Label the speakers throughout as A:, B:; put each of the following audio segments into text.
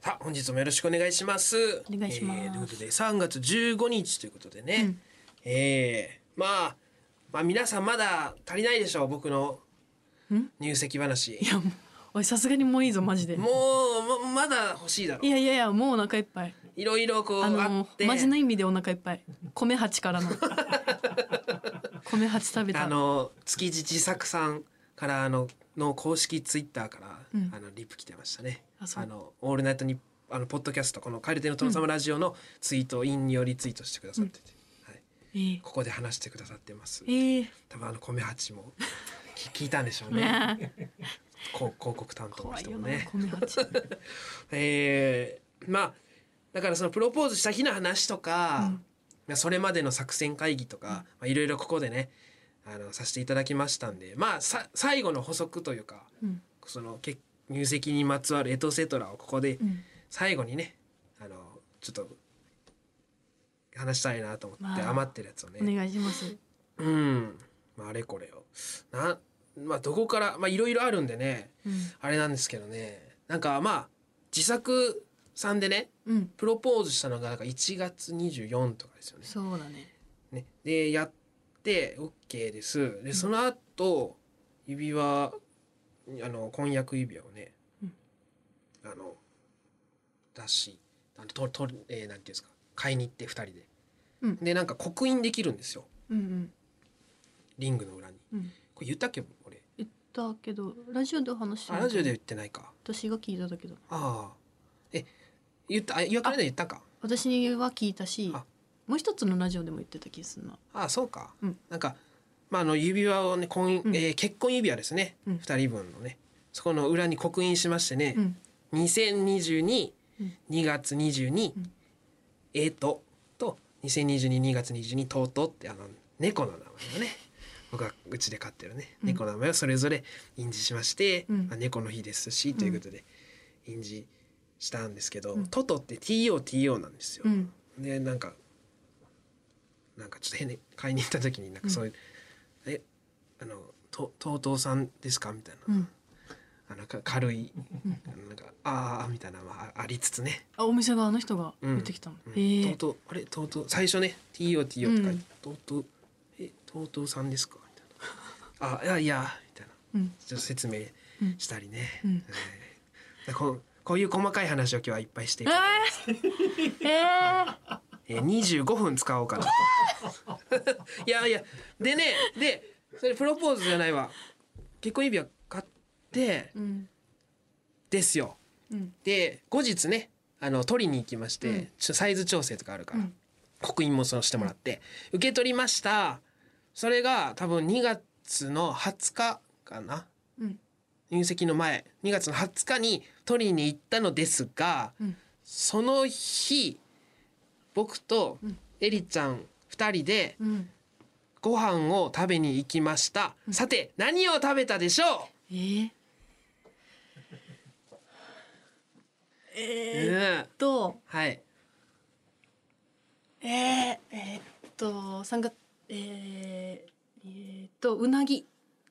A: さあ本日もよろしくお願いします
B: お願いします
A: えーということで3月15日ということでね、えーまあまあ皆さんまだ足りないでしょう僕の入籍話
B: いやもうおいさすがにもういいぞマジで
A: もうままだ欲しいだろ
B: いやいやいやもうお腹いっぱい
A: いろいろこう
B: あ
A: あ
B: の
A: って
B: マジの意味でお腹いっぱい米八からの 米八食べた
A: あの築地自作さんからあのの公式ツイッターから、あのリプ来てましたね。
B: あそう
A: のオールナイトにあのポッドキャストこのカエルテの殿様ラジオのツイート、引用リツイートしてくださってて、はい
B: えー
A: ここで話してくださってます。
B: えー
A: 多分あの米八 も聞聞いたんでしょうね。
B: ねえ
A: こう広告担当の
B: 怖い
A: 人
B: よ
A: も
B: な
A: ね。
B: 米八
A: えーまあだからそのプロポーズした日の話とか、まあそれまでの作戦会議とか、まあ、いろいろここでねあのさせていただきましたんでまあさ最後の補足というか、そのけ入籍にまつわるエトセトラをここで最後にね、あのちょっと話したいなと思って
B: まあ
A: 余ってるやつをね、
B: お願いします
A: うん。まあ、あれこれを。な、まあ、どこから、まあ、いろいろあるんでね、あれなんですけどね、なんか、まあ、自作さんでね、
B: うん
A: プロポーズしたのが、なんか1月24とかですよね。
B: そうだね
A: ねで、やって、OK です。で、その後、指輪、あの、婚約指輪をね、あの、出し、あのととえーなんていうんですか、買いに行って、二人で。
B: うん
A: で、なんか刻印できるんですよ。
B: うんうん
A: リングの裏に。
B: うん
A: これ言ったっけ俺。
B: 言ったけどラジオでお話しし
A: あ、
B: ない
A: ラジオで言ってないか。
B: 私が聞いただけど
A: ああ。え、言った、あ、岩倉で言ったか。
B: 私は聞いたし
A: あ
B: もう一つのラジオでも言ってた気がするな
A: ああ、そうか。
B: うん
A: なんか、まあ、あの、指輪をね、婚姻、えー結婚指輪ですね。二、
B: うん
A: 人分のね。そこの裏に刻印しましてね。
B: うん
A: 2022、
B: うん
A: 2月22、えーと、と、2022、2月22、とうとうって、あの、猫の名前を ね。僕がうちで飼ってるね、猫の名前をそれぞれ印字しまして、
B: うん
A: まあ、猫の日ですし、ということで、印字したんですけど、トトって TOTO なんですよ。
B: うん
A: で、なんか、なんかちょっと変に買いに行った時になんかそういう「えあのと TOTO さんですか?」みたいな、あのか軽い、あのなんか「ああ」みたいなのもあありつつね
B: あお店があの人が
A: うん
B: 言ってきたの
A: うん
B: へえ
A: TOTO あれ TOTO 最初ね「TOTO」って書いて「TOTO、え TOTO さんですか?」みたいな「あいやいや」みたいな、
B: うん
A: ちょっと説明したりね、
B: うん
A: えーでこうこういう細かい話を今日はいっぱいしていこうと思います
B: ええ
A: えー、25分使おうかな と。いやいや、でね、で、それプロポーズじゃないわ。結婚指輪買って、
B: うん
A: ですよ。
B: うん
A: で、後日ね、あの、取りに行きまして、
B: うん
A: ちょサイズ調整とかあるから、
B: うん
A: 刻印もそのしてもらって、受け取りました。それが多分2月の20日かな。
B: うん
A: 入籍の前、2月の20日に取りに行ったのですが、
B: うん
A: その日、僕とエリちゃん2人で
B: うん
A: ご飯を食べに行きました。さて、何を食べたでしょ
B: えー
A: う、
B: えーっ
A: うん
B: と
A: はい。
B: えー、えーっと三月えー、えーっとうなぎ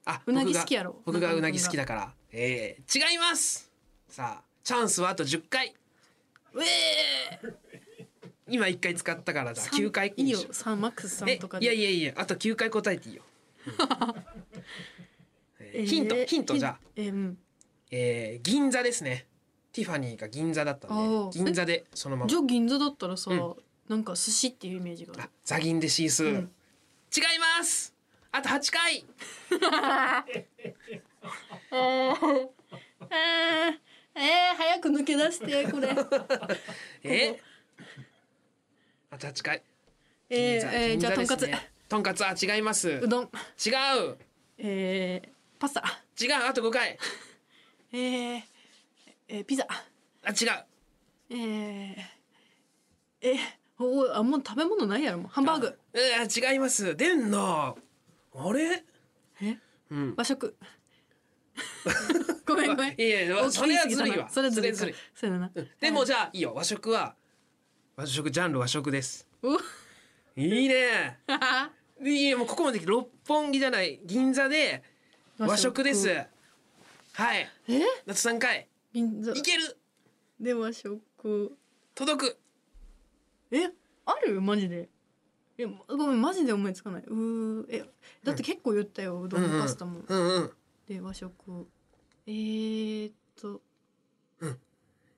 A: あ、
B: うな
A: 僕
B: ぎ
A: が
B: 好きやろ
A: 僕がうなぎ好きだから。えー、違いますさあ、チャンスはあと10回。
B: うえー
A: 今1回使ったからだ。9回
B: いい
A: に
B: よ
A: しよう
B: 三マックスさん
A: え
B: とか、
A: い
B: で
A: やいやいや、あと9回答え ていいよ。うんえーヒント、ヒントじゃあ。
B: えーうん
A: えー、銀座ですね。ティファニーが銀座だったん
B: お
A: で、
B: ー
A: 銀座でそのまま
B: じゃ。あ銀座だったらさ、なんか寿司っていうイメージがあ
A: あ
B: る
A: ザギンでシース、
B: ん
A: 違いますあと8回
B: えー、えー、早く抜け出してこれ
A: えあと8回銀
B: えー
A: 座
B: えー、
A: 銀
B: じゃあ
A: 座
B: とん
A: です
B: かつ
A: ねとんかつは違います違
B: う
A: う
B: どん
A: 違う
B: えー、パスタ
A: あと5回
B: えー、えー、ピザ
A: あ違う
B: えー、えー、おおあもう食べ物ないやろもうハンバーグ
A: えー、違います出んなあれ
B: え、
A: うん
B: 和食 ごめんごめん
A: いやいや
B: 大きく言い過ぎたな
A: それはずるいわ
B: それはずる
A: それはずる
B: いか
A: い
B: そうだな、
A: でもじゃあいいよ和食は和食ジャンル和食です
B: う
A: いいねいやもうここまで来て六本木じゃない銀座で和食ですはい
B: え
A: 夏3回
B: 銀座
A: いける
B: では食
A: 届く
B: えあるマジでえごめんマジで思いつかないうーえだって結構言ったようどんもパスタも、
A: うんうん
B: で和食えー、っと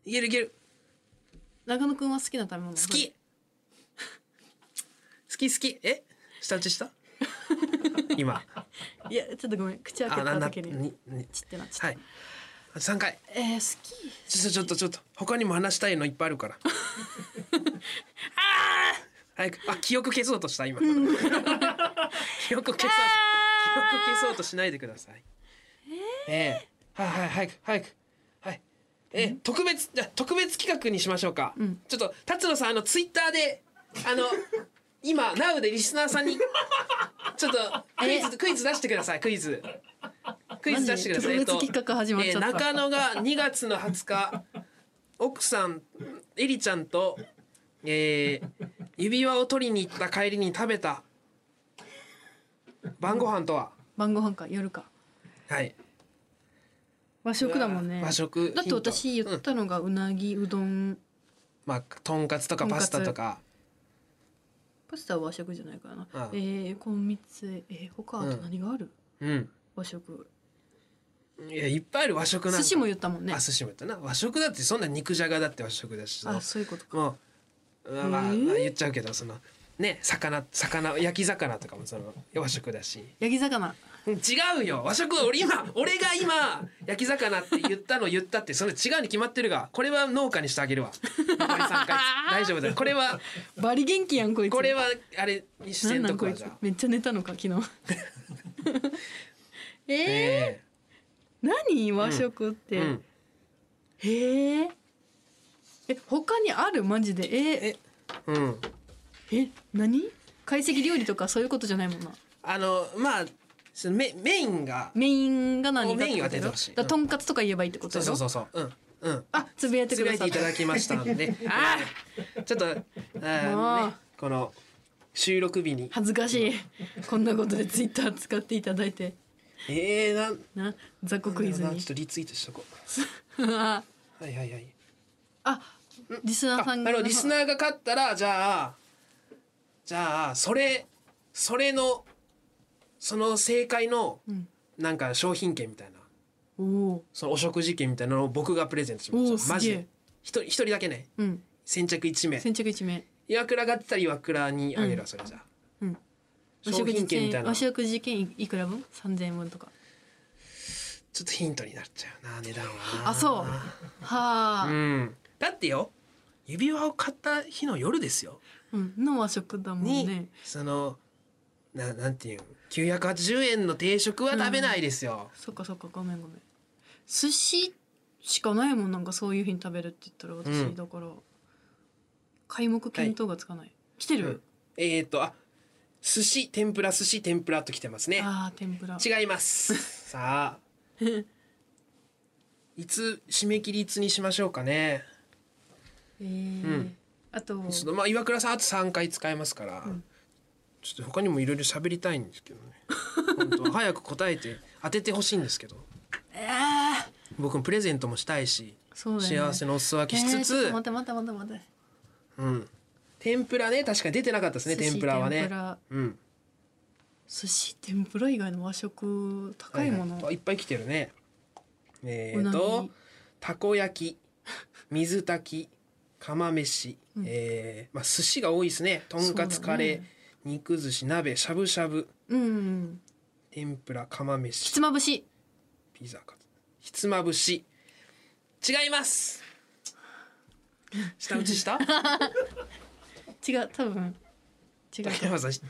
A: いけるいける
B: 長野くんは好きな食べ物
A: 好き好き好きえ下打ちした 今
B: いやちょっとごめん口開け
A: あな
B: た
A: んだ
B: 時に
A: にに
B: ちってなっちゃった、
A: はい3回
B: えー、好き
A: ちょちょっとちょっと他にも話したいのいっぱいあるから あー早くあ記憶消そうとした今 記憶消そう記憶消そうとしないでくださいええはいはい早く早くはいえー特別じゃあ特別企画にしましょうか、
B: うん
A: ちょっと辰野さんあのツイッターであの今 NOW でリスナーさんにちょっとクイズクイズ出してくださいクイズクイズ出してください
B: マジ特別企画始まっちゃった
A: えー中野が2月の20日 奥さんエリちゃんと、えー指輪を取りに行った帰りに食べた晩ご飯とは、
B: 晩ご飯か夜か
A: はい
B: 和食だもんね
A: 和食
B: だって私
A: ヒン
B: 言
A: ト
B: ったのがうなぎうどん
A: まあとんかつとか
B: とん
A: パ
B: か
A: ス
B: つ
A: タとか
B: パスタは和食じゃないからな
A: ああ
B: えー、こんみつえー、他あと何がある、
A: うん
B: 和食
A: いやいっぱいある和食なんか
B: 寿司も言ったもんね
A: あ寿司も言ったな和食だってそんな肉じゃがだって和食だし
B: あそういうことか
A: もう、まあまあ
B: えー
A: まあ言っちゃうけどそのね魚魚焼き魚とかもその和食だし
B: 焼き魚
A: 違うよ和食は俺今俺が今焼き魚って言ったの言ったってそれ違うに決まってるがこれは農家にしてあげるわ残り3回大丈夫だよこれは
B: バリ元気やんこいつ
A: これはあれにし
B: な
A: て
B: ん
A: ん
B: な
A: と
B: ん
A: こは
B: こ
A: いじ
B: つ
A: ゃあ
B: めっちゃ寝たのか昨日 えー
A: え
B: 何和食っ
A: え
B: て、
A: うん
B: へええ他にあるマジでえ
A: うん
B: え何懐石料理とかそういうことじゃないもんな
A: あのまあそのメメインが
B: メインが何かってこと
A: メインは出てほしい
B: だからとんかつとか言えばいいってこと
A: そう
B: や
A: そ
B: ろ
A: うそうそううんうん
B: あつぶやいて
A: つ
B: く
A: ぶや
B: だ
A: い
B: さ
A: て
B: い
A: いただきましたので
B: あ
A: ちょっとあー、
B: もう
A: ね、この収録日に
B: 恥ずかしいこんなことでツイッター使っていただいて
A: ええなん
B: な雑魚クイ
A: なん
B: ズ
A: だろうな
B: に
A: ちょっとリツイートしとこ
B: あ
A: うはいはいはい
B: リスナー
A: あ
B: さ
A: あ
B: んが
A: のリスナーが勝ったらじゃあじゃあそれそれのその正解の
B: うん
A: なんか商品券みたいな
B: おお
A: そのお食事券みたいなのを僕がプレゼントしま
B: おお
A: す
B: す
A: マ
B: げ
A: ジ
B: え
A: で一人一人だけね
B: うん
A: 先着1名
B: 先着一名
A: 岩倉が勝ったら岩倉にあげるわそれじゃあ、
B: うんお
A: 商
B: 食事
A: 品券みたい
B: 券
A: な
B: お
A: のちょっ
B: 食事券いくら分三千円分とか
A: とヒントになっちゃうな値段はな
B: あそうはあ、
A: うん、だってよ指輪を買った日の夜ですよ
B: うん、の和食だもん
A: に、
B: ね。
A: そのななんていうん980円の定食は食べないですよ、
B: そっかそっかごめんごめん。寿司しかないもんなんかそういう日に食べるって言ったら私、
A: うん
B: だから開目見当がつかない。来てる？
A: えっ、とあ寿司天ぷら寿司天ぷらときてますね
B: ああ天ぷら。
A: 違います さあいつ締め切りいつにしましょうかね
B: えー
A: うん
B: あと
A: ちょっとまあ岩倉さんあと3回使えますから、
B: ん
A: ちょっと他にもいろいろ喋りたいんですけ どね本当は早く答えて当ててほしいんですけど
B: えー、
A: 僕もプレゼントもしたいし
B: そうだよ、ね。
A: 幸せのお裾分けしつ
B: えーちょっ
A: つ
B: と、待って待って待って待って。
A: うん、天ぷらね確かに出てなかったですね
B: 寿司
A: 天ぷらはね
B: 天ぷら
A: うん
B: 寿司天ぷら以外の和食高いもの。
A: ははあいっぱい来てるねえっ、
B: うな
A: と
B: ぎ
A: たこ焼き 水炊き釜飯、
B: うん
A: えーまあ、寿司が多いですねとんかつ
B: そうだ
A: カ
B: ね
A: レー、肉寿司鍋しゃぶしゃぶ
B: うんうん。
A: 天ぷら釜
B: ひ
A: 飯
B: つまぶし。
A: ピザかひつまぶし違います下打ち した
B: 違う多分。 違うか
A: 竹山さん下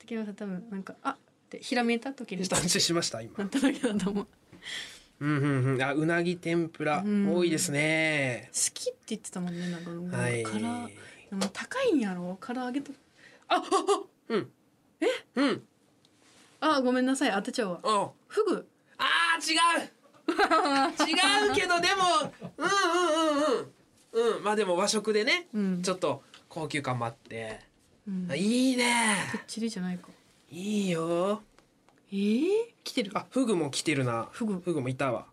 B: 竹山さん多分なんかあってひらめいた時に
A: 打ちしました今
B: なっただけだと思う。
A: うんうんうん、あうなぎ天ぷら、
B: うん
A: 多いですね。
B: 好きって言ってたもんねなんかもう
A: はい。
B: からでも高いんやろ唐揚げと
A: うん、
B: あごめんなさい当てちゃうわ
A: あ、
B: フグ
A: あー違う。違うけどでも、うんうんうんうん、うん、まあでも和食でね、
B: うん
A: ちょっと高級感もあって、
B: うん
A: あいいね。
B: チリじゃないか
A: いいよ。
B: えー、来てる
A: あ、フグも来てるな。
B: フグ
A: フグもいたわ。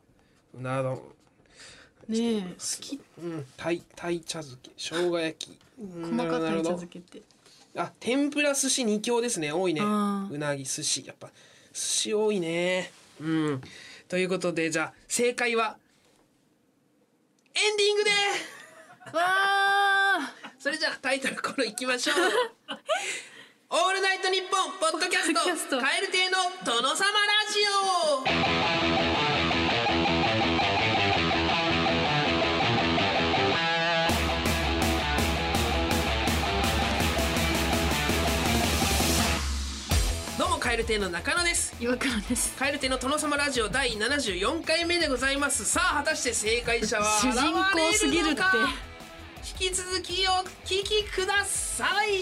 A: うな丼。
C: ねえ好き
A: うん、タイ、タイ茶漬け、生姜焼き。うん
C: 細かっ
A: な
C: た茶
A: るほど
C: 漬けって、
A: あ、天ぷら寿司二強ですね。多いね。
C: あー
A: うなぎ寿司、やっぱ寿司多いね。うん。ということで、じゃあ正解はエンディングで。
C: わあ
A: それじゃあタイトルコールいきま しょう。オールナイトニッポンポッドキャス
C: ポッドキャス
A: ト
C: ト
A: 蛙亭の殿様ラジオ。どうも蛙亭の中野です。
C: 岩倉です
A: カエル亭の殿様ラジオ第74回目でございますさあ果たして正解者は
C: 主人公すぎるって
A: 現れのか引き続きお聞きください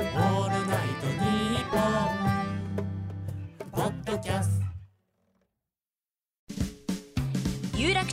D: オールナイトニッポン」ポッドキャスト
E: 有楽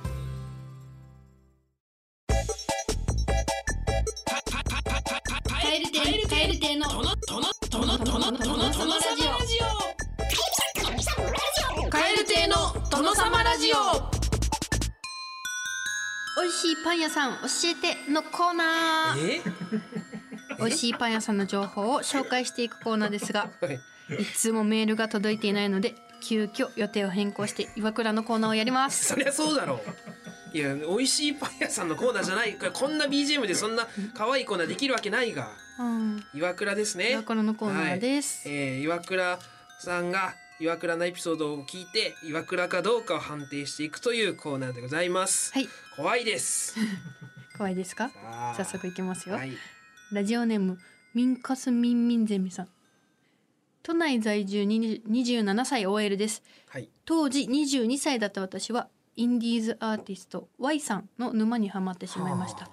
B: カエル亭カエル亭の殿殿殿殿殿殿様ラジオカエル亭の殿様ラジオ美味しいパン屋さん教えてのコーナー
A: え
B: 美味しいパン屋さんの情報を紹介していくコーナーですが
A: はい
B: いつもメールが届いていないので急遽予定を変更して岩倉のコーナーをやります
A: そりゃそうだろういや美味しいパン屋さんのコーナーじゃないこれこんな BGM でそんな可愛いコーナーできるわけないが
B: うん
A: 岩倉ですね
B: 岩倉のコーナーです
A: はいえー岩倉さんが岩倉のエピソードを聞いて岩倉かどうかを判定していくというコーナーでございます、
B: はい
A: 怖いです
B: 怖いですか
A: あー
B: 早速いきますよ
A: はい
B: ラジオネームミンカスミンミンゼミさん都内在住に27歳 OL です
A: はい
B: 当時22歳だった私はインディーズアーティスト Y さんの沼にはまってしまいました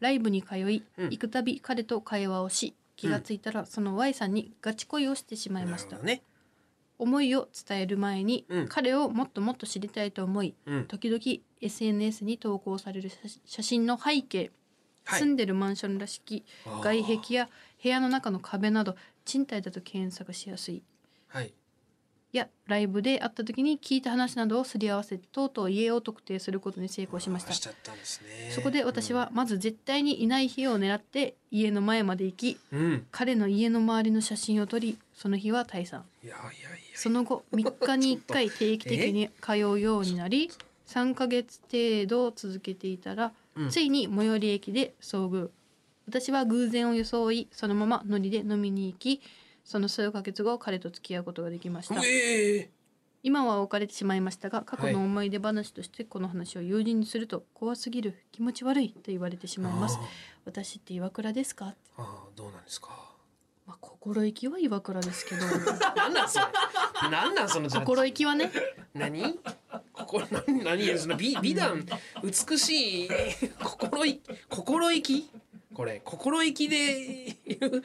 B: ライブに通い
A: うん
B: 行くたび彼と会話をし気がついたらその Y さんにガチ恋をしてしまいました、
A: なるほどね
B: 思いを伝える前に、
A: うん
B: 彼をもっともっと知りたいと思い
A: うん
B: 時々 SNS に投稿される写写真の背景、
A: はい
B: 住んでるマンションらしき
A: あー
B: 外壁や部屋の中の壁など賃貸だと検索しやすい
A: はい
B: いやライブで会った時に聞いた話などをすり合わせとうとう家を特定することに成功しました
A: しちゃったんですね
B: そこで私はまず絶対にいない日を狙って家の前まで行き
A: うん、うん
B: 彼の家の周りの写真を撮りその日は退散
A: いやいやいや
B: そ の後3日に1回定期的に通うようになり3ヶ月程度続けていたら、
A: うん
B: ついに最寄り駅で遭遇私は偶然を装いそのままノリで飲みに行きその数ヶ月後彼と付き合うことができました
A: うええ
B: 今は別れてしまいましたが過去
A: はい
B: の思い出話としてこの話を友人にすると怖すぎる気持ち悪いと言われてしまいます
A: あー
B: 私って岩倉ですかって
A: あーどうなんですか
B: まあ心意気は岩倉で すけど
A: なんなんそれなんなんそのジャッジ
B: 心意気はね
A: 何心何何その美美談美しい心意心意気これ心意気で言う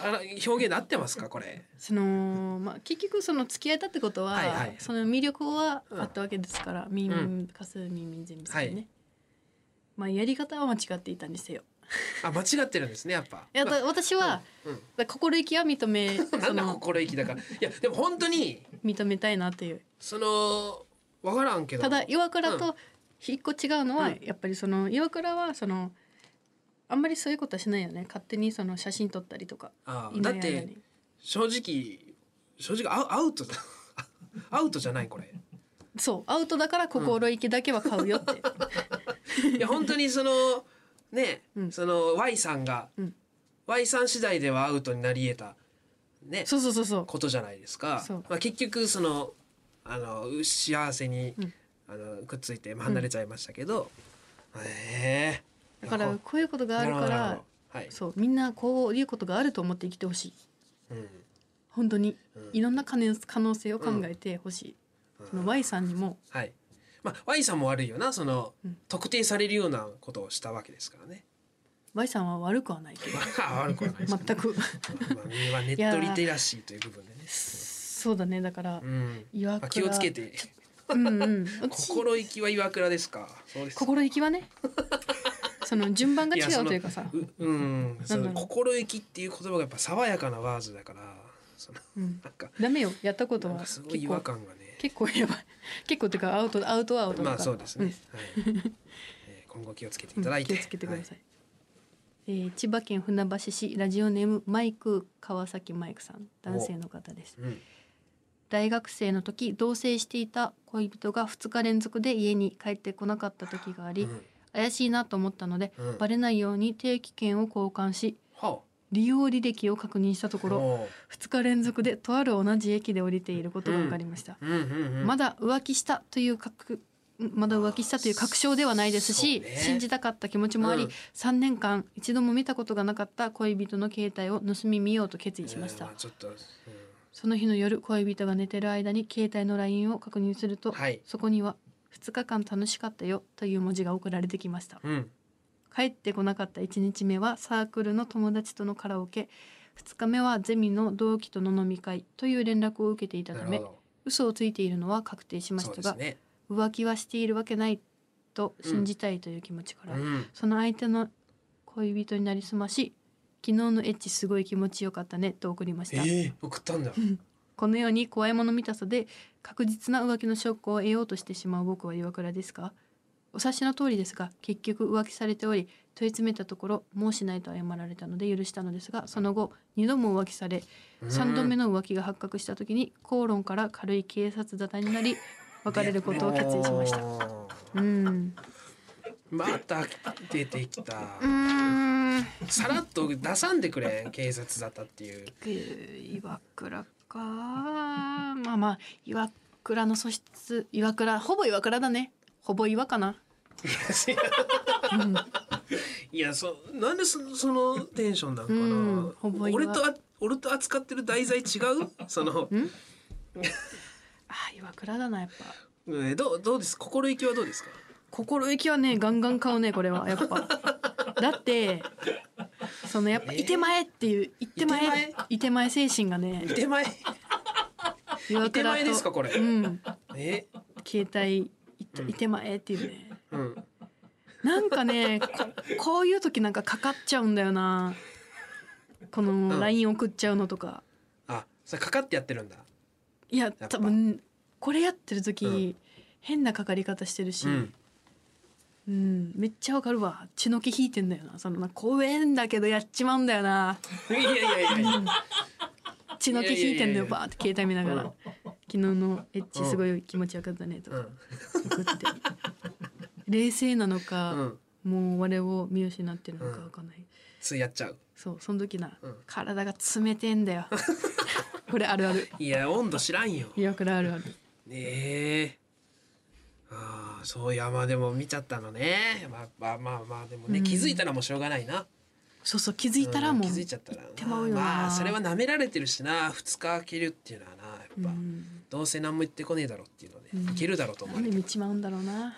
A: あら表現で合ってますかこれ
B: そのまあ結局その付き合えたってことは、
A: はいはい
B: その魅力は
A: うん
B: あったわけですから、ミンミンかすミンミンゼミさんね、
A: はい
B: まあやり方は間違っていたにせよ
A: あ間違ってるんですねやっぱ
B: いや、だ私は、
A: うん
B: だ心意気は認 め
A: な
B: そ
A: んだ
B: の
A: 心意気だからいやでも本当に
B: 認めたいなっていう
A: そのわからんけど
B: ただ岩倉
A: う
B: と一個違うのは、
A: うん
B: やっぱりその岩倉はそのあんまりそういうことはしないよね勝手にその写真撮ったりとか
A: あ
B: い
A: だ
B: ない
A: っ
B: 間
A: て
B: に
A: 正直正直アウアウトだ アウトじゃないこれ
B: そうアウトだから心意気だけは買うよって、
A: いや本当にそのね、
B: うん
A: その Y さんが、
B: うん
A: Y さん次第ではアウトになり得たね
B: そうそうそうそう
A: ことじゃないですか
B: そう。
A: まあ結局そのあの幸せに、
B: うん
A: あのくっついてまあ離れちゃいましたけど、ええ
B: だから
A: な
B: こういうことがあ
A: る
B: る
A: ほ
B: か
A: どなる
B: ら
A: ほどはい、
B: そうみんなこういうことがあると思って生きてほしい本当に
A: うんうん
B: いろんな可能可能性を考えてほしい、その Y さんにも
A: はい。まあ Y さんも悪いよなその、
B: うん
A: 特定されるようなことをしたわけですからね。
B: Y さんは 悪くはないけど
A: まあ悪くはないですけど。
B: 全く
A: まあまあネットリテラシーという部分でね。
B: そうだねだから
A: うん
B: 岩
A: まあ気
B: 倉
A: をつけて
B: うんうん私
A: 心意気は岩倉ですかそうです
B: 心意気はねその順番が違
A: いやそうの
B: というかさ
A: ううんそ
B: なんだろ
A: の
B: う
A: 心意気っていう言葉がやっぱ爽やかなワーズだからその
B: うん
A: なんか
B: ダメよやったこと
A: なん
B: は
A: かすごい
B: 結
A: 違和
B: 構
A: 感がね
B: 結構やばい結構っていうかアウトアウトはアウトだ
A: ま
B: から
A: あそうですね、はいえー今後気をつけていただいて、
B: うん気をつけてください、えー千葉県船橋市ラジオネームマイク川崎マイクさん男性の方です
A: はいうん
B: 大学生の時同棲していた恋人が2日連続で家に帰ってこなかった時があり、怪しいなと思ったので
A: うんうん
B: バレないように定期券を交換し
A: は
B: 利用履歴を確認したと
A: あ
B: ころ
A: おう
B: 2日連続でとある同じ駅で降りていることが分かりました、
A: うんうんうん
B: まだ浮気したという確まだ浮気したという確証ではないですし、
A: そうね
B: 信じたかった気持ちもあり、
A: うん
B: 3年間一度も見たことがなかった恋人の携帯を盗み見ようと決意しました、
A: うんあちょっと、うん
B: その日の夜恋人が寝てる間に携帯の LINE を確認すると、
A: はい
B: そこには「2日間楽しかったよ」という文字が送られてきました
A: うん
B: 帰ってこなかった1日目はサークルの友達とのカラオケ2日目はゼミの同期との飲み会という連絡を受けていた
A: な
B: た
A: る
B: め
A: ほど
B: 嘘をついているのは確定しまし
A: そう
B: た
A: で
B: が
A: す、ね、
B: 浮気はしているわけないと信じたいという気持ちか
A: う
B: ら、
A: ん、
B: その相手の恋人になりすまし昨日のエッチすごい気持ちよかったねと送りまし
A: え
B: た、
A: ー、送ったんだ、うん
B: このように怖いもの見たさで確実な浮気の証拠を得ようとしてしまう僕は岩倉ですかお察しの通りですが結局浮気されており問い詰めたところもうしないと謝られたので許したのですがその後2度も浮気され3度目の浮気が発覚した時に口論から軽い警察沙汰になり別れることを決意しました。
A: おー
B: うん
A: また出てきた
B: うーん
A: さらっと出さんでくれ警察沙汰っていう
B: 岩倉かまあまあ岩倉の素質岩倉ほぼ岩倉だねほぼ岩かない
A: や いやそなんでそそのテンションなんかな、
B: うんほぼ
A: 俺
B: 岩
A: とあ俺と扱ってる題材違うその、
B: んあー岩倉だなやっぱ
A: えーどうどうです心意気はどうですか
B: 心意気はねガンガン買うねこれはやっぱだってそのやっぱ「
A: えー
B: いてまえ」っていう「いてま
A: いてま
B: え
A: え」
B: いてまえ精神がね
A: 手前
B: 岩
A: 手
B: 倉
A: 前ですか
B: と
A: これ、
B: うん
A: え
B: 携帯いて「いてまえ」っていうね
A: うん
B: なんかねここういう時なんかかかっちゃうんだよなこの LINE 送っちゃうのとか、
A: あそれかかってやってるんだ
B: いや
A: ぱ
B: 多分これやってる時、
A: うん
B: 変なかかり方してるし、
A: う
B: うんんめっちゃわかるわ血の気引いてんだよなそのな怖えんだけどやっちまうんだよない
A: やいやいやいや
B: 血の気引いてん
A: いやいやいや
B: だよ
A: いや
B: バーって携帯見ながら、
A: うん
B: 昨日のエッチすごい気持ちよかったねと
A: う
B: か
A: ん
B: 送って、冷静なの
A: う
B: か、
A: ん
B: もう我を見失ってるのかわかんない、
A: ついやっちゃう
B: そうその時な、
A: うん
B: 体が冷てん だよこれあるある
A: いや温度知らんよ
B: 岩倉あるある
A: ねえああそういやまあでも見ちゃったのねまあまあまあまあでもね、
B: うん
A: 気づいたらもうしょうがないな
B: そうそう気づいたらもう、
A: ん気づいちゃったら
B: 手間をよな
A: まあそれは舐められてるしな2日空けるっていうのはなやっぱ、
B: うん
A: どうせ何も言ってこねえだろっていうので、
B: うん
A: いけるだろうと思
B: な
A: うんけ
B: で
A: ど
B: 見ちまうんだろうな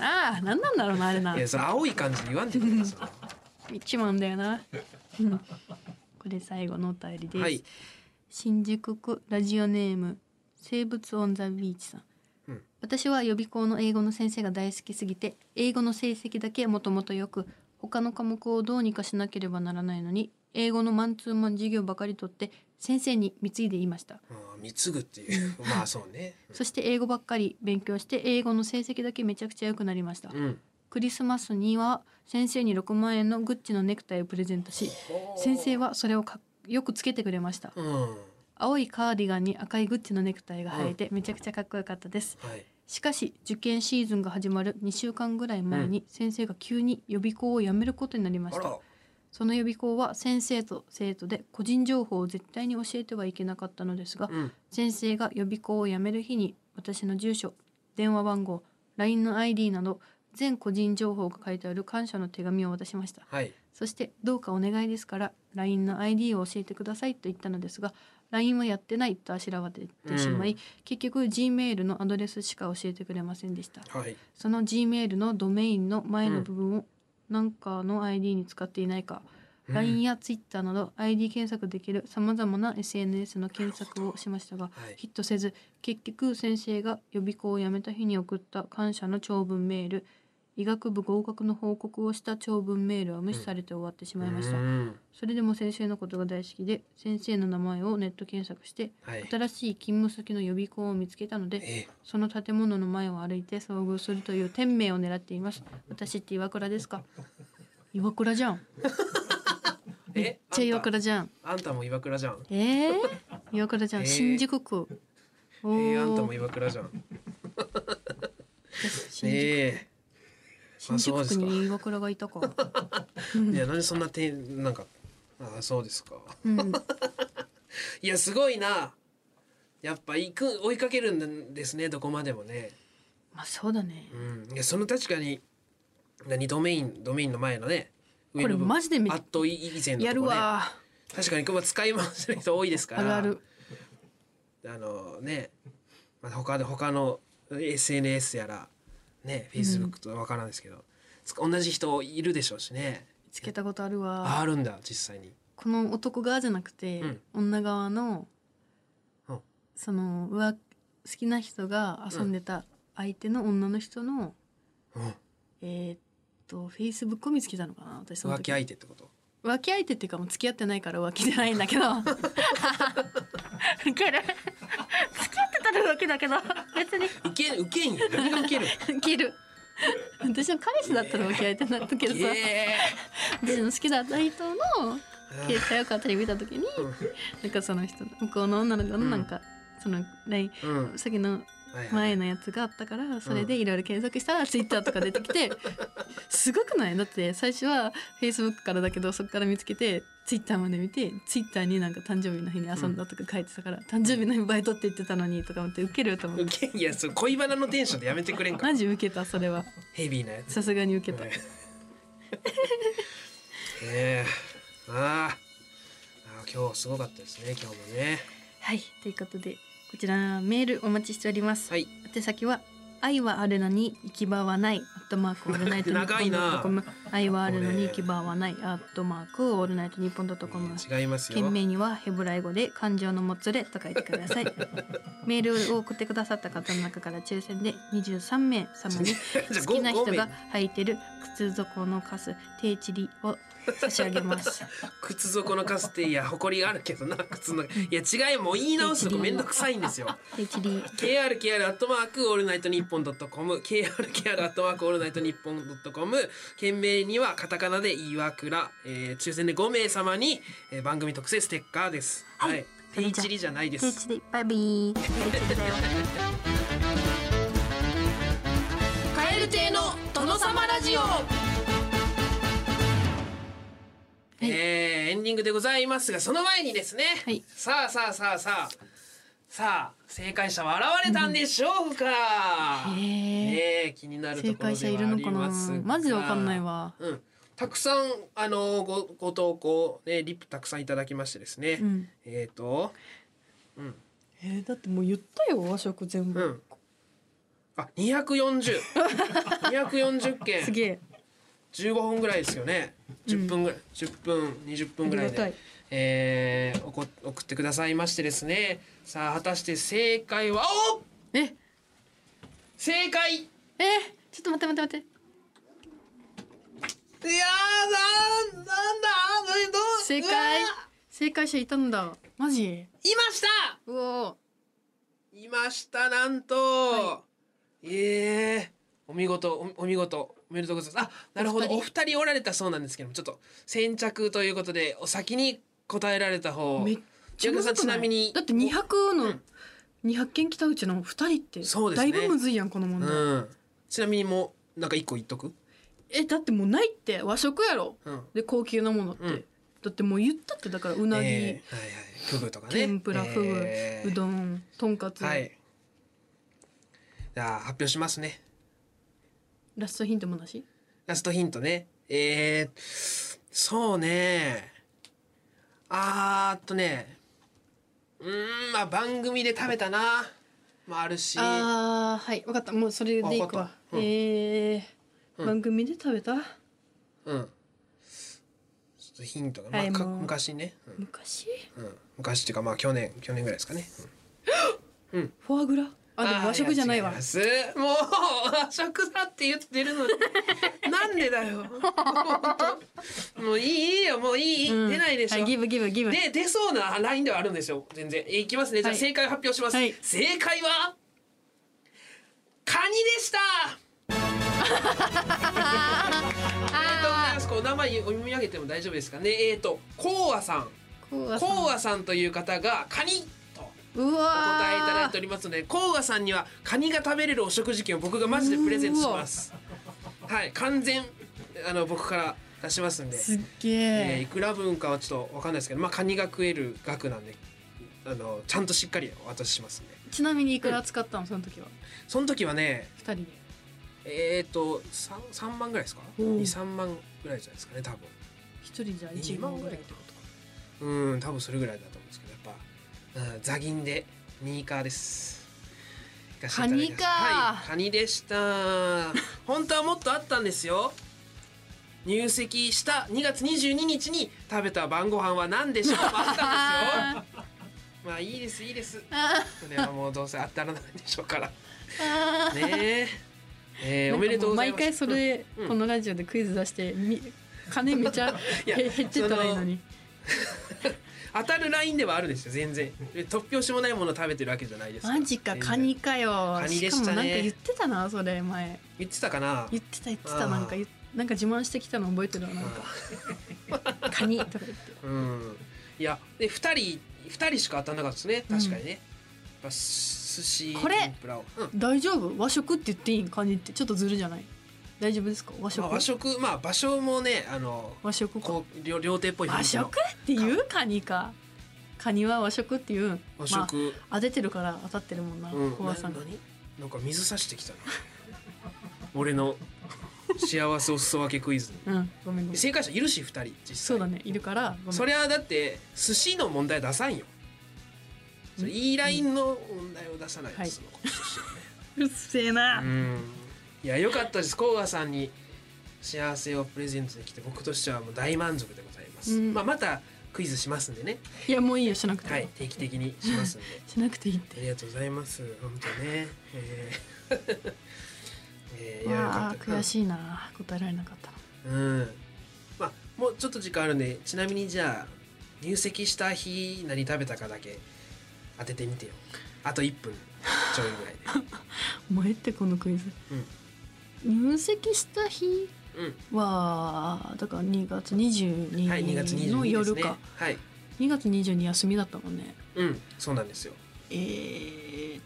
B: ああなんなんだろうなあれない
A: やそれ青い感じで言わんでくれよその
B: 見ちまうんだよなうんこれ最後のお便りです、
A: はい
B: 新宿区ラジオネーム生物オンザビーチさん、
A: うん
B: 私は予備校の英語の先生が大好きすぎて英語の成績だけもともとよく他の科目をどうにかしなければならないのに英語のマンツーマン授業ばかりとって先生に貢いでいました
A: うん貢ぐっていうまあそうね
B: そして英語ばっかり勉強して英語の成績だけめちゃくちゃ良くなりました、
A: うん
B: クリスマスには先生に6万円のグッチのネクタイをプレゼントし先生はそれをかっよくつけてくれました
A: うんは
B: 青いカーディガンに赤いグッチのネクタイが生えてめちゃくちゃかっこよかったです
A: い
B: しかし受験シーズンが始まる2週間ぐらい前に先生が急に予備校を辞めることになりま
A: あ
B: し
A: ら
B: たその予備校は先生と生徒で個人情報を絶対に教えてはいけなかったのですが
A: うん
B: 先生が予備校を辞める日に私の住所電話番号 LINE の ID など全個人情報が書いてある感謝の手紙を渡しました
A: はい
B: そして「どうかお願いですから LINE の ID を教えてください」と言ったのですが LINE はやってないとあしらわれてしまい、
A: う
B: 結局 Gmail のアドレスしか教えてくれませんでした
A: はい
B: その Gmail のドメインの前の部分をなんかの ID に使っていないか、
A: うん
B: LINE や Twitter など ID 検索できるさまざまな SNS の検索をしましたが
A: はい
B: ヒットせず結局先生が予備校を辞めた日に送った感謝の長文メール医学部合格の報告をした長文メールは無視されて終わってしまいました、
A: うん
B: それでも先生のことが大好きで先生の名前をネット検索して
A: はい。
B: 新しい勤務先の予備校を見つけたので
A: え
B: その建物の前を歩いて遭遇するという天命を狙っています。私って岩倉で すか。岩倉じゃん。
A: え
B: めっちゃ岩倉じゃん。
A: あんたも岩倉じゃん。
B: ええ岩倉じゃん。
A: えー
B: 新宿区。お
A: えー、あんた
B: お
A: も。岩倉じゃん。
B: 新宿
A: え
B: 新
A: あそう
B: 宿
A: です
B: 区
A: か
B: に岩倉がいたか。
A: えいやなんでそんなてなんかああそうですか。
B: うん。
A: いやすごいな。やっぱ行く追いかけるんですねどこまでもね。
B: まあそうだね。
A: うん。いやその確かに何ドメインドメインの前のね。
B: これマジでめ
A: あっと以前のとこね。
B: やるわ。
A: 確かにこれ使い回してる人多いですから。
B: あるある。
A: あのね、まあ、他で他の SNS やらね Facebook とわからんですけど、つ同じ人いるでしょうしね
B: 見つけたことあるわ。
A: ああるんだ実際に
B: この男側じゃなくて、
A: うん
B: 女側の、
A: うん
B: そのうわ好きな人が遊んでた相手の女の人の、
A: うん
B: えーっとフェイスブックを見つけたのかな私その
A: 浮気
B: 時
A: 相手ってこと
B: 浮気相手っていうかもう付き合ってないから浮気じゃないんだけ どウケる付き合ってたら浮気だけど別に
A: 受けん受けんよ何が受け る
B: ウケる私の彼氏だったら浮気相手になったけどさ、
A: え
B: 私の好きだった人の携帯をこうテレビ見た時に
A: ん
B: なんかその人向こうの女の子のなんか、その LINE
A: ー、うん
B: 先の
A: はいはい
B: 前のやつがあったからそれでいろいろ検索したら Twitter とか出てきてすごくないだって最初は Facebook からだけどそこから見つけて Twitter まで見て Twitter になんか誕生日の日に遊んだとか書いてたから、誕生日の日バイトって言ってたのにとか思ってウケると思って
A: 受けんいやその恋バナのテンションでやめてくれんか
B: マジウケたそれは
A: ヘビーなやつ
B: さすがにウケた
A: ね えあーあー今日すごかったですね今日もね
B: はいということでこちらメールお待ちしております、
A: はい
B: 宛先は愛はあるのに行き場はないアットマークオールナイトニッ
A: 長
B: ポ
A: い
B: ンドッ
A: な
B: トコム愛はあるのに行き場はないアットマークオールナイトニッポンドットコム
A: 違いますよ
B: 件名にはヘブライ語で感情のもつれと書いてくださいメールを送ってくださった方の中から抽選で23名様 に好きな人が履いてる靴底のカス定チリを差し上げます
A: 靴底のカスっていや埃があるけどな靴のいや違いもう言い直すのめんどくさいんですよ
B: 定 チリ
A: KRKR アットマークオールナイトニッポンドットコム KRKR アットマークオールナイトニッポンドットコム件名にはカタカナで岩倉、えー、抽選で5名様に、えー番組特製ステッカーですはい、手
B: それ
A: い
B: じゃ
A: ちりじゃないで
B: 定
A: す
B: チリバイビー
E: カエル亭の殿様ラジオ
A: えーエンディングでございますがその前にですね、
B: はい
A: さあさあさあさあさあ正解者は現れたんでしょうか、
B: へ
A: ね
B: ー
A: え気になると
B: 正
A: ころ
B: 解者
A: で
B: い
A: は
B: る
A: あ
B: の
A: り
B: かな
A: ますが
B: マジでわかんないわ
A: うん、たくさんあのごご投稿ねリップたくさんいただきましてですね、
B: うん
A: えっ、と
C: えー、だってもう言ったよ和食全
A: う
C: 部、
A: んあ二百四 十二百四十件
B: すげえ
A: 15分ぐらいですよね10分ぐらい、10分20分ぐらい
C: ありがた
A: で
C: い、
A: えーおこ送ってくださいましてですねさあ果たして正解はお
B: え
A: 正解
B: えちょっと待って待って待って
A: いやーなんなんだどう
B: 正
A: うわ
B: 解正解者いたんだマジ
A: ーいました
B: うお
A: いましたなんと、
B: は
A: ええお見事おお見事おめでとうございますあなるほどお二人おられたそうなんですけどもちょっと先着ということでお先に答えられた方
B: めっ
A: ちゃさんちなみに
B: だって200の200件来たうちの2人って
A: そうです
B: だ
A: ね
B: いぶむずいやんこの問題、
A: うんちなみにもうなんか一個言っとく
B: えだってもうないって和食やろ
A: うん
B: で高級なものって、
A: うん
B: だってもう言ったってだからうなぎ、
A: えーはいはいフグとかね
B: 天ぷらフグ、
A: えー
B: うどんとんかつ、
A: はいじゃあ発表しますね
B: ラストヒントもなし
A: ラストヒントね。えー、そうね。あーっとね。うーん、まあ番組で食べたな。もあるし。あ
B: あーはい分かったもうそれでいく
A: わか
B: わ
A: ったうん
B: えー
A: うん
B: 番組で食べた
A: うん。そうヒントが、ま
B: は
A: あ、
B: い
A: か
B: もう
A: 昔ね、
B: 昔
A: うんうん、昔っていうかまあ去年去年ぐらいですかね、うん
B: フォアグラあでも和食じゃないわ
A: あーや違いますもう和食だって言ってるのになんでだ よもういいいいよもういい、出ないでしょ、
B: はい、ギブギブギブ
A: で出そうなラインではあるんですよ全然えいきますねじゃあ
B: はい
A: 正解を発表します、
B: はい
A: 正解はカニで したありがとうございますこうお名前読み上げても大丈夫ですかねえっ、ー、とコウアさん
B: こうはさ
A: コウアさんという方がカニと
B: うわ
A: お答えいただい
B: ー
A: ておりますので甲賀さんにはカニが食べれるお食事券を僕がマジでプレゼントしますはい完全あの僕から出しますんです
B: っげ
A: えーい
B: え、
A: くら分かはちょっとわかんないですけどまあカニが食える額なんであのちゃんとしっかりお渡ししますんで
B: ちなみにいくら使ったのその時は
A: その時はね
B: 二人で
A: えっ、ー、と 3, 三万ぐらいですか
B: おう
A: 23万ぐらいじゃないですかね多分
B: 一人じゃ一
A: 2万
B: 万
A: ぐ
B: ぐ
A: ら
B: ら
A: いっ
B: い
A: てことかうん多分それぐらいだと思うんですけどやっぱ、うん、座銀でニーカーです行せていただきました
B: カニか
A: はいカニでした本当はもっとあったんですよ入籍した2月22日に食べた晩ご飯は何でしょうもあったんです よまあいいですいいですそれはもうどうせ当たらないでしょうからね ええーおめでとうございます
B: なんかも毎回それ、
A: うん
B: このラジオでクイズ出してみ金めちゃ
A: いや
B: へ減ってたらいいのに
A: 当たるラインではあるんですよ全然で突拍子もないものを食べてるわけじゃないですら
B: マジか
A: 全然
B: カニかよ
A: カニでしたね
B: かもなんか言ってたなそれ前
A: 言ってたかな
B: 言ってた言って
A: あ
B: た
A: ー
B: なんか言っなんか自慢してきたの覚えてるわなん かカニとか言って
A: うんいやで2人二人しか当たんなかったですね確かにね、やっぱ寿司
B: これ
A: 天ぷらを、うん
B: 大丈夫和食って言っていいんカニってちょっとずるじゃない大丈夫ですか和食
A: まあ、和食まあ場所もねあの
B: 和食か
A: こう料料亭っぽい雰
B: 和
A: 囲気の
B: 食って言うカニかカニは和食って言うん
A: 和
B: ま
A: 食、
B: あ、当ててるから当たってるもんな、
A: うん
B: 小川さんが
A: な何なんか水差してきたな俺の幸せお裾分けクイズに
B: うんごめんごめん
A: 正解者いるし2人実際
B: そうだねいるからごめん
A: そりゃだって寿司の問題出さんよ。それいいラインの問題を出さないと
B: はい
A: その子と してはね
B: うっせえな、
A: うんいや良かったです。甲賀さんに幸せをプレゼントできて僕としてはもう大満足でございます。
B: うん
A: まあまたクイズしますんでね。
B: いやもういいよしなくても、
A: はい定期的にします んで。
B: しなくていいって
A: ありがとうございます。本当ね。えー えーいや良
B: わ
A: か
B: あ
A: った
B: 悔しいな答えられなかったな
A: うん。まあもうちょっと時間あるんで、ちなみにじゃあ入籍した日何食べたかだけ当ててみてよ。あと1分ちょいぐらいで。
B: もうえってこのクイズ、入籍した日
A: うん。
B: はだから2月
A: はい、2月22
B: 22
A: 日
B: の
A: です
B: 夜
A: ね。
B: か、
A: はい。
B: 2月22休みだったもんね
A: うん、そうなんですよ。
B: えー、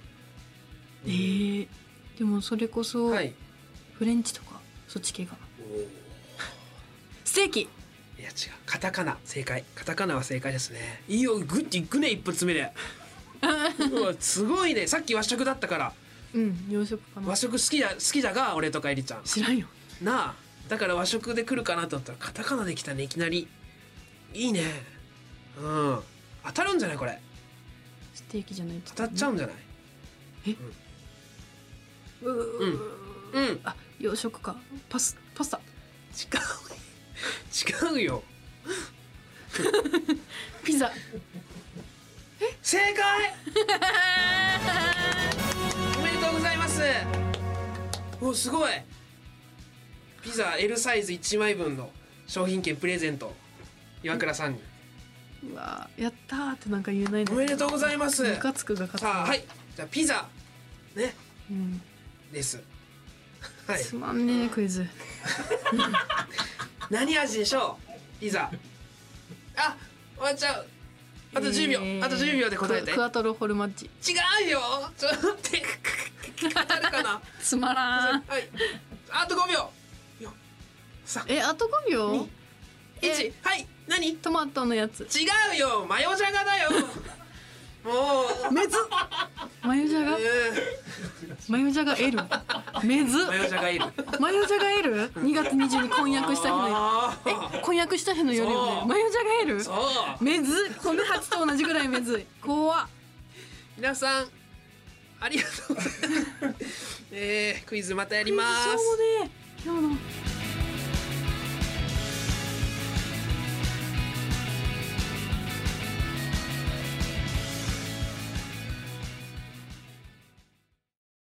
B: えー、でもそれこそ
A: はい。
B: フレンチとかそっち系かな
A: おー
B: ステーキ
A: いや違う。カタカナ正解。カタカナは正解ですね。いいよ、グッていくね一発目 で。うわすごいね。さっき和食だったから
B: うん洋食かな
A: 和食好きだ好きだが俺とかえりちゃん。
B: 知らんよ
A: なあだから和食で来るかなと思ったらカタカナできたねいきなりいいねうん当たるんじゃないこれ
B: ステーキじゃない
A: 当たっちゃうんじゃない
B: うう
A: うん
B: あ洋食かパスパスタ
A: 違う違う よ
B: ピザ
A: 正解 おめでとうございますおすごいピザ L サイズ1枚分の商品券プレゼント岩倉さんに
B: うわやったーってなんか言えない
A: おめでとうございます
B: ムカつくが勝った
A: さあはいじゃあピザね
B: うん
A: ですはい
B: つまんねえクイズ
A: 何味でしょうピザ あ終わっちゃうあと10秒、
B: えー
A: あと10秒で答えて違
B: ククアトロホルマッチ
A: うよちょっと待って当たるかな
B: つまらん
A: はいあと5秒
B: えあと5秒え
A: 1はい何違
B: トマトのやつ
A: うよマヨジャガだよもうめず
B: マヨジャガマヨジャガ L めず
A: マヨジャガ いる
B: マヨジャガ L2 月22日婚約した日の
A: あー
B: 婚約した日の夜よ
A: そ
B: ね
A: う
B: マヨジャガ L
A: そう
B: めずこの初と同じぐらいめずい怖っ
A: 皆さん ありがとうございますえー、クイズまたやり
B: しょう
A: ます
B: もねえ今日の